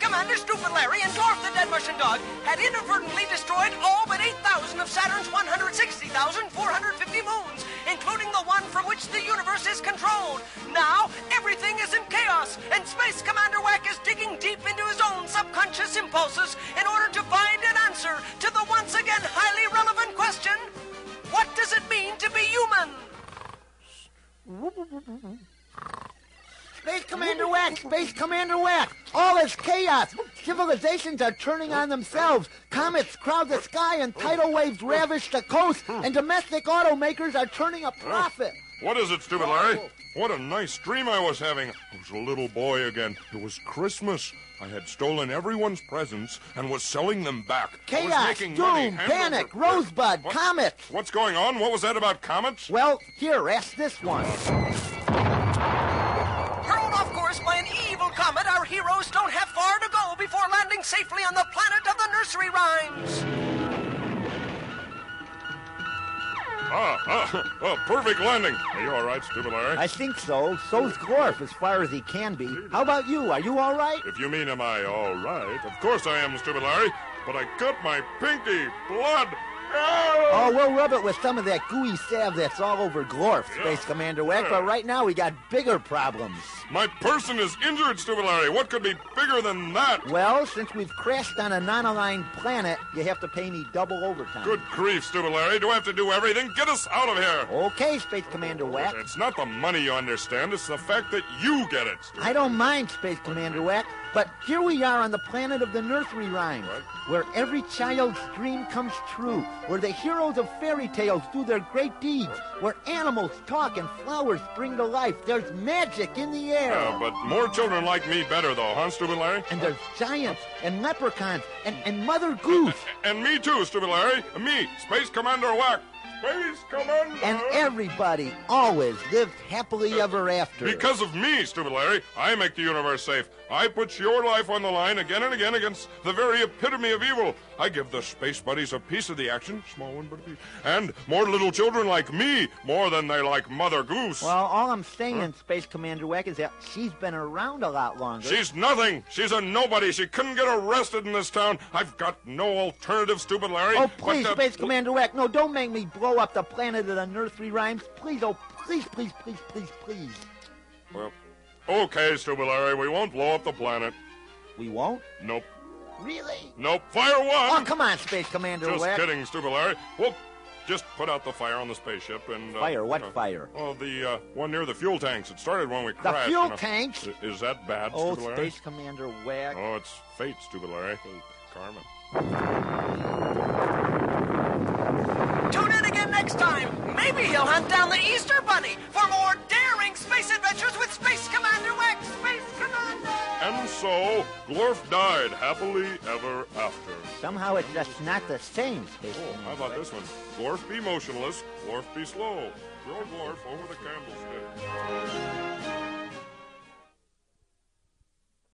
Commander Stupid Larry and Dorf the Dead Martian Dog had inadvertently destroyed all but 8,000 of Saturn's 160,450 moons, including the one from which the universe is controlled. Now, everything is in chaos, and Space Commander Wack is digging deep into his own subconscious impulses in order to find an answer to the once again highly relevant question What does it mean to be human? Space Commander Wack, Space Commander Wack. All is chaos. Civilizations are turning on themselves. Comets crowd the sky and tidal waves ravish the coast, and domestic automakers are turning a profit. What is it, stupid Larry? What a nice dream I was having. I was a little boy again. It was Christmas. I had stolen everyone's presents and was selling them back. I was Chaos, making doom, money hand panic, over- rosebud, What- comets. What's going on? What was that about comets? Well, here, ask this one. Hurled off course by an evil comet, our heroes don't have far to go before landing safely on the planet of the nursery rhymes. Ah, ah, ah, perfect landing. Are you all right, stupid Larry? I think so. So's Glorf as far as he can be. How about you? Are you all right? If you mean am I all right, of course I am, stupid Larry. But I cut my pinky. Blood. Ow! Oh, we'll rub it with some of that gooey salve that's all over Glorf, Space Commander Wack, but right now we got bigger problems. My person is injured, stupid Larry. What could be bigger than that? Well, since we've crashed on a non-aligned planet, you have to pay me double overtime. Good grief, stupid Larry. Do I have to do everything? Get us out of here. Okay, Space Commander Wack. It's not the money you understand, it's the fact that you get it. stupid- I don't mind, Space Commander Wack, but here we are on the planet of the nursery rhymes, where every child's dream comes true, where the heroes of fairy tales do their great deeds, where animals talk and flowers spring to life. There's magic in the air. Yeah, Oh, but more children like me better, though, huh, stupid Larry? And there's giants and leprechauns and, and Mother Goose And me too, stupid Larry. Me, Space Commander Wack. Space Commander. and everybody always lives happily ever after. Because of me, stupid Larry, I make the universe safe. I put your life on the line again and again against the very epitome of evil. I give the space buddies a piece of the action, small one but a piece, and more little children like me more than they like Mother Goose. well, all I'm saying, Space Commander Wack, is that she's been around a lot longer. She's nothing. She's a nobody. She couldn't get arrested in this town. I've got no alternative, stupid Larry. Oh, but please, to- Space Commander Wack, no, don't make me blow up the planet of the nursery rhymes. Please, oh, please, please, please, please, please. Well, okay, stupid Larry, we won't blow up the planet. We won't? Nope. Really? Nope. Fire one. Oh, come on, Space Commander Just Wack. kidding, stupid Larry. Well, just put out the fire on the spaceship and. Uh, Fire? What uh, fire? Oh, the uh, one near the fuel tanks. It started when we The crashed. fuel you know. tanks? I- Is that bad, Oh, stupid Larry? Space Commander Wack. Oh, it's fate, stupid Larry. Karma. Tune in again next time. Maybe he'll hunt down the Easter Bunny for more daring space adventures with Space Commander Wack. Space Commander! And so, Glorf died happily ever after. Somehow it's just not the same, Space Oh, Commander how about this one? Glorf be motionless, Glorf be slow. Throw Glorf over the candlestick.